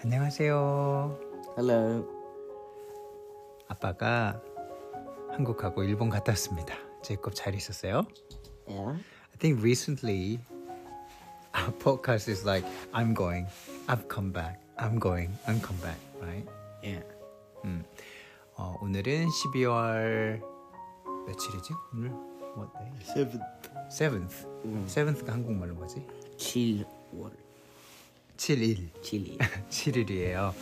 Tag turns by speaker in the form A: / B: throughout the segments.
A: 안녕하세요.
B: Hello.
A: 아빠가 한국하고 일본 갔다 왔습니다. 제이콥 잘 있었어요?
B: Yeah.
A: I think recently our podcast is like I'm going, I've come back, I'm going, I'm come back, right?
B: Yeah.
A: 어, 오늘은 12월 며칠이지? 오늘 what day?
B: Seventh.
A: 7th. 7th가 한국말로 뭐지?
B: Chill world.
A: 7일.
B: Chili.
A: 7일이에요.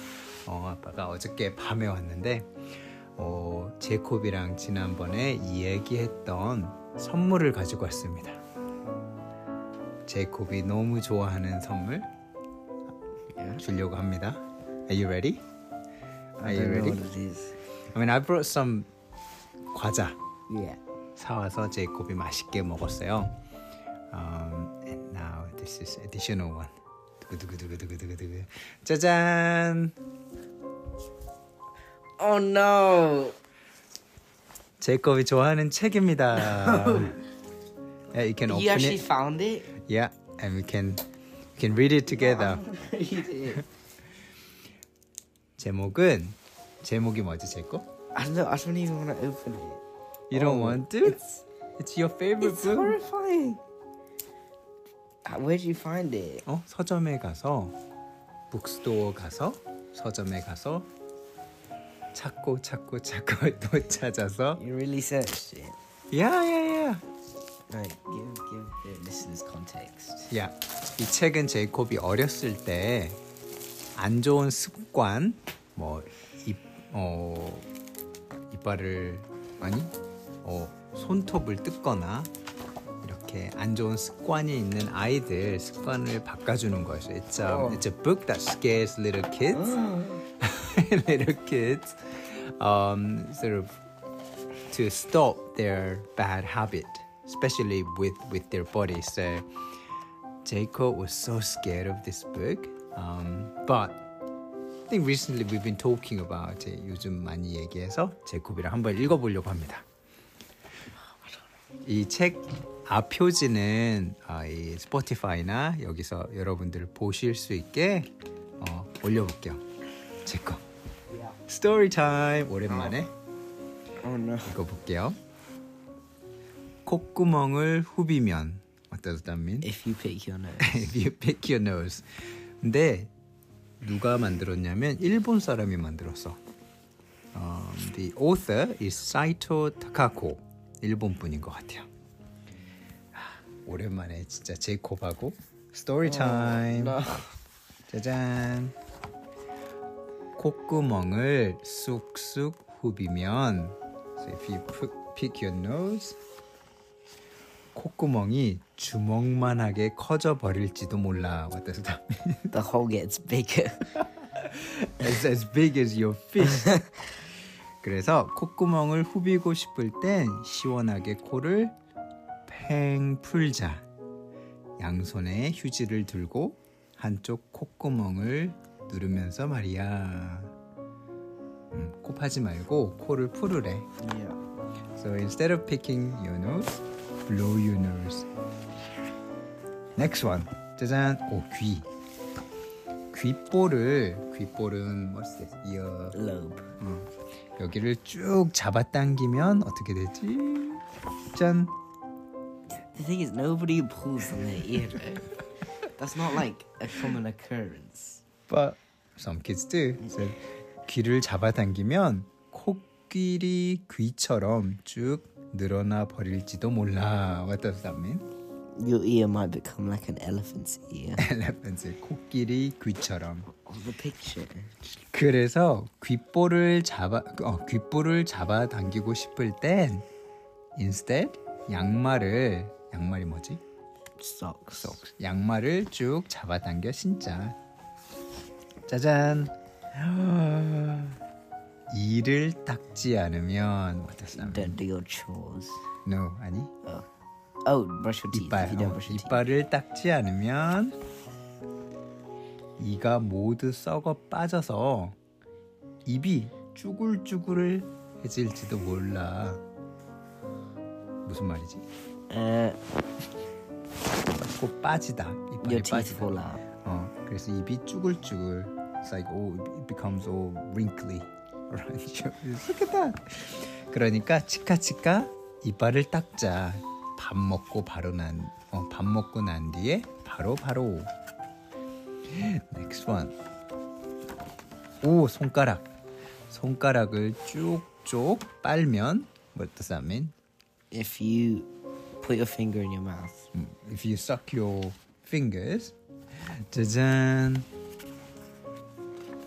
A: 어, 아빠가 어저께 밤에 왔는데 어, 제콥이랑 지난번에 이야기했던 선물을 가지고 왔습니다. 제콥이 너무 좋아하는 선물
B: Yeah.
A: 주려고 합니다. Are you ready? Are
B: I
A: you
B: don't know
A: ready?
B: what it is.
A: I mean, I brought some 과자
B: Yeah.
A: 사와서 제이콥이 맛있게 먹었어요. Um, and now this is additional one. 두구두구두구두구두구두구. 짜잔!
B: Oh no.
A: 제이콥이 좋아하는 책입니다. yeah, you can open
B: You actually
A: it.
B: found it?
A: Yeah, and we can we can read it together.
B: You did.
A: 제목은 제목이 뭐지, 제이콥?
B: I don't know. I don't even want to open it. Oh,
A: You don't want to? It's, it's your favorite
B: It's
A: book.
B: horrifying. Uh, Where'd you find it?
A: 어? 서점에 가서 북스토어 가서 서점에 가서 찾고 찾고 찾고 또 찾아서
B: You really searched it.
A: 야야야
B: Like, give give the listeners context.
A: 야 이 책은 제이콥이 어렸을 때 안 좋은 습관 뭐, 뭐입어 이빨을 아니 어 손톱을 뜯거나 이렇게 안 좋은 습관이 있는 아이들 습관을 바꿔주는 거였어요. It's a,
B: 어.
A: it's a book that scares little kids. little kids um, sort of to stop their bad habit, especially with, with their body. So Jacob was so scared of this book. Um, but I think recently we've been talking about it. 요즘 많이 얘기해서 제콥이랑 한번 읽어보려고 합니다. 이 책 앞표지는 아, 이 스포티파이나 여기서 여러분들 보실 수 있게 어, 올려볼게요. 제거 스토리 타임 오랜만에
B: Oh no.
A: 읽어볼게요. 콧구멍을 후비면 What does that mean?
B: If you pick your nose.
A: If you pick your nose. 근데 누가 만들었냐면 일본 사람이 만들었어. Um, the author is Saito Takako. 일본 분인 것 같아요. 아, 오랜만에 진짜 제이콥하고 스토리 타임. 짜잔. 콧구멍을 쑥쑥 후비면 so if you pu- pick your nose 콧구멍이 주먹만하게 커져 버릴지도 몰라. What does that mean?
B: the hole gets bigger.
A: It's as big as your fist. 그래서 콧구멍을 후비고 싶을 땐 시원하게 코를 팽 풀자. 양손에 휴지를 들고 한쪽 콧구멍을 누르면서 말이야. 음, 코 파지 말고 코를 풀으래.
B: yeah.
A: So instead of picking your nose, blow your nose. Next one. 짜잔. 오, 귀. 귓볼을 귓볼은 what's this? ear.
B: Lobe.
A: 여기를 쭉 잡아당기면 어떻게 되지? 짠.
B: The thing is, nobody pulls on their earlobe. That's not like a common occurrence.
A: But some kids do. So, 귀를 잡아당기면 코끼리 귀처럼 쭉 늘어나 버릴지도 몰라. What does that mean?
B: Your ear might become like an elephant's ear.
A: 엘레펀트 코끼리 귀처럼.
B: Oh, the picture.
A: 그래서 귓볼을 잡아 어, 귓볼을 잡아 당기고 싶을 땐 instead 양말을 양말이 뭐지?
B: Socks. Socks.
A: 양말을 쭉 잡아 당겨 신자. 짜잔. 이를 닦지 않으면 어땠어?
B: Don't do your chores.
A: No 아니
B: Oh, oh brush your teeth. If
A: 이빨
B: you don't
A: 어,
B: brush your
A: 이빨을 닦지 않으면 이가 모두 썩어 빠져서 입이 쭈글쭈글해질지도 몰라 무슨 말이지?
B: teeth. Uh,
A: 꼭 빠지다 이빨이
B: your teeth
A: 빠지다
B: fall out.
A: 어, 그래서 입이 쭈글쭈글 It's like all it becomes all wrinkly. Right? Look at that. 그러니까 치카치카 이빨을 닦자. 밥 먹고 바로 난, 어, 밥 먹고 난 뒤에 바로 바로. Next one. 오 손가락. 손가락을 쭉쭉 빨면 what does that mean?
B: If you put your finger in your mouth,
A: If you suck your fingers. 짜잔.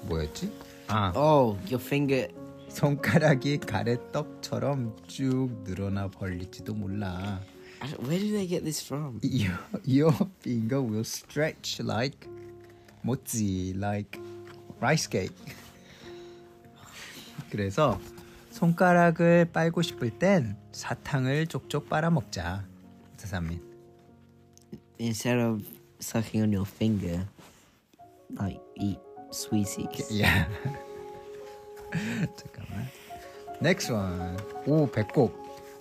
A: 뭐였지? 아
B: oh, your finger.
A: 손가락이 가래떡처럼 쭉 늘어나 벌릴지도 몰라.
B: I don't- Where do they get this from?
A: Your, your finger will stretch like mochi, like rice cake. 그래서 손가락을 빨고 싶을 땐 사탕을 쪽쪽 빨아먹자. 사삼민.
B: Instead of sucking on your finger, like eat sweeties.
A: Yeah. 예. 잠깐만. Next one. 오 배꼽.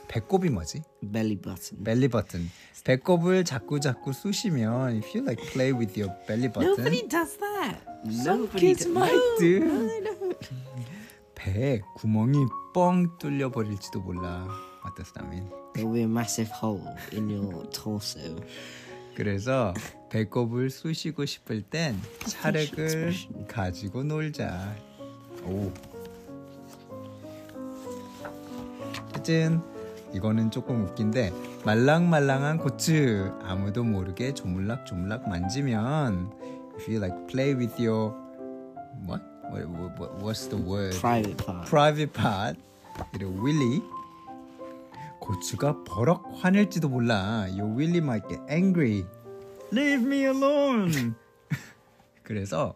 A: 배꼽이 뭐지?
B: Belly button.
A: 벨리 버튼. 배꼽을 자꾸 자꾸 쑤시면 if you like play with your belly button.
B: Nobody does that.
A: Some
B: Nobody
A: kids
B: does
A: might
B: no,
A: do.
B: No, no.
A: 배에 구멍이 뻥 뚫려 버릴지도 몰라. What does that mean?
B: There will be a massive hole in your torso.
A: 그래서 배꼽을 쑤시고 싶을 땐 찰흙을 가지고 놀자. 오. 짜잔. 이거는 조금 웃긴데 말랑말랑한 고추 아무도 모르게 조물락조물락 만지면 if you like play with your what? What, what, what what's the word?
B: Private part.
A: private part. 그리고 윌리 고추가 버럭 화낼지도 몰라. 요 윌리 might get angry. Leave me alone. 그래서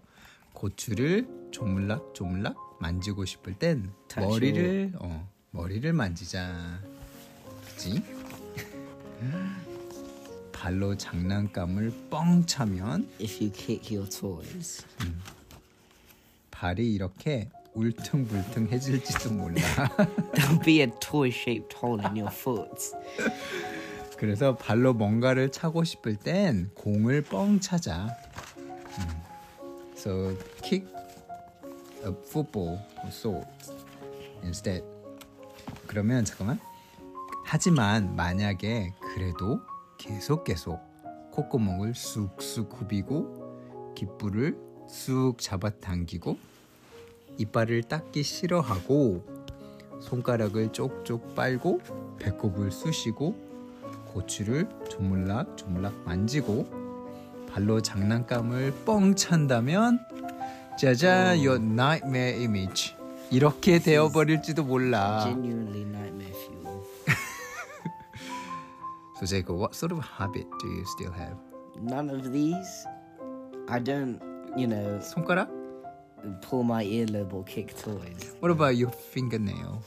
A: 고추를 조물락 조물락 만지고 싶을 땐
B: 다시.
A: 머리를 어 머리를 만지자. 그치? 발로 장난감을 뻥 차면
B: if you kick your toys.
A: 발이 이렇게 울퉁불퉁해질지도 몰라.
B: There'll be a toy shaped hole in your foot.
A: 그래서 발로 뭔가를 차고 싶을 땐 공을 뻥 차자. 음. So kick a football or sword instead. 그러면 잠깐만. 하지만 만약에 그래도 계속 계속 콧구멍을 쑥쑥 굽이고 귓불을 쑥 잡아당기고 이빨을 닦기 싫어하고 손가락을 쪽쪽 빨고 배꼽을 쑤시고 고추를 조물락 조물락 만지고 발로 장난감을 뻥 찬다면 짜잔 your nightmare image 이렇게 되어버릴지도 몰라.
B: Genuinely nightmare fuel.
A: So Jacob, what sort of habit do you still have?
B: None of these. I don't, you know,
A: 손가락?
B: pull my earlobe or kick toys.
A: What about your fingernail?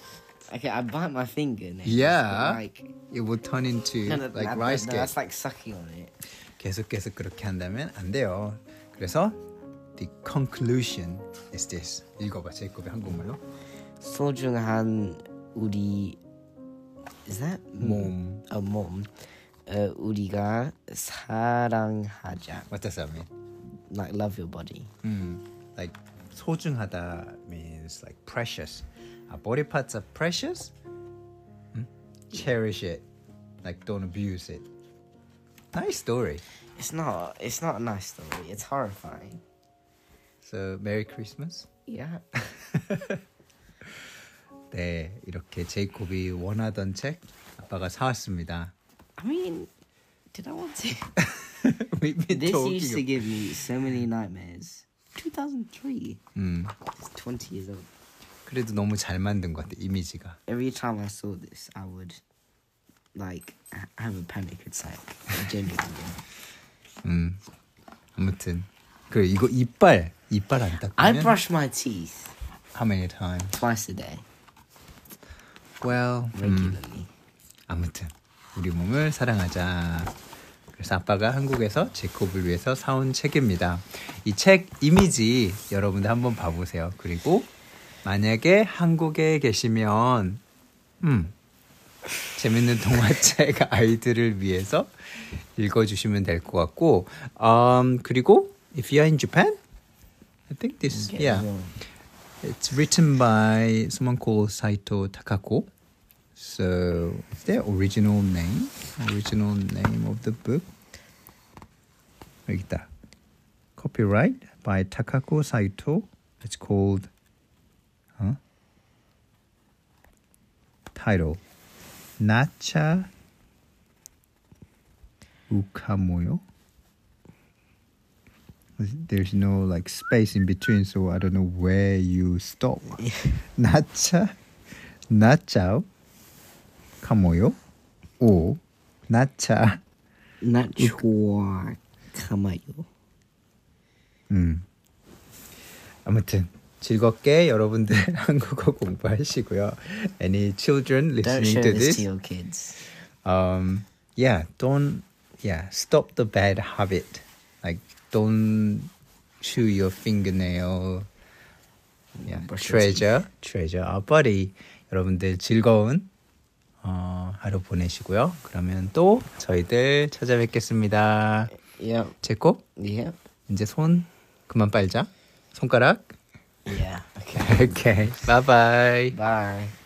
B: Okay, I bite my fingernails. but,
A: Yeah.
B: Like,
A: It will turn into
B: no, no,
A: like
B: that-
A: rice
B: no,
A: cake.
B: that's like sucking on it.
A: 계속 계속 그렇게 한다면 안 돼요. 그래서 the conclusion is this. 읽어봐 제이콥의 한국말로.
B: 소중한 우리 is that
A: 몸.
B: 어, 몸. 어, 우리가 사랑하자.
A: What does that mean?
B: Like love your body.
A: 음, like 소중하다 means like precious. Our body parts are precious. 음? Cherish it. Like don't abuse it. Nice story.
B: It's not. It's not a nice story. It's horrifying.
A: So Merry Christmas.
B: Yeah.
A: 네, 이렇게 제이콥이 원하던 책 아빠가 사왔습니다.
B: I mean, did I want to?
A: We've been
B: this
A: talking
B: used to
A: about-
B: give me so many nightmares. 2003.
A: 음,
B: It's 20 years old.
A: 그래도 너무 잘 만든 것 같아 이미지가.
B: Every time I saw this, I would like ha- have a panic attack. I genuinely.
A: 음, 아무튼 그 이거 이빨 이빨 안
B: I
A: 닦으면
B: brush my teeth
A: how many times?
B: twice a day
A: Well, 음,
B: regularly.
A: 아무튼 우리 몸을 사랑하자. 그래서 아빠가 한국에서 제콥을 위해서 사온 책입니다. 이 책 이미지 여러분들 한번 봐보세요. 그리고 만약에 한국에 계시면 음, 재밌는 동화책 아이들을 위해서 읽어주시면 될 것 같고 음, 그리고 if you're in Japan I think this, yeah. It's written by someone called Saito Takako. So, is their original name? Original name of the book? 여기다. Copyright by Takako Saito. It's called. Huh? Title Nacha Ukamoyo. There's no like space in between, so I don't know where you stop. Nacha, Nachao, Kamoyo, or Nacha.
B: Not sure. 가마요.
A: 음. 아무튼 즐겁게 여러분들 한국어 공부하시고요. Any children
B: Don't
A: listening
B: show
A: to
B: this
A: this?
B: to your kids.
A: um, yeah, don't yeah stop the bad habit. Like don't chew your fingernail. Yeah,
B: Brush your
A: treasure, treasure our body. 여러분들 즐거운 어, 하루 보내시고요. 그러면 또 저희들 찾아뵙겠습니다.
B: Yep.
A: 제코
B: Yep.
A: 이제 손 그만 빨자. 손가락.
B: Yeah. Okay.
A: Okay. Bye bye.
B: Bye.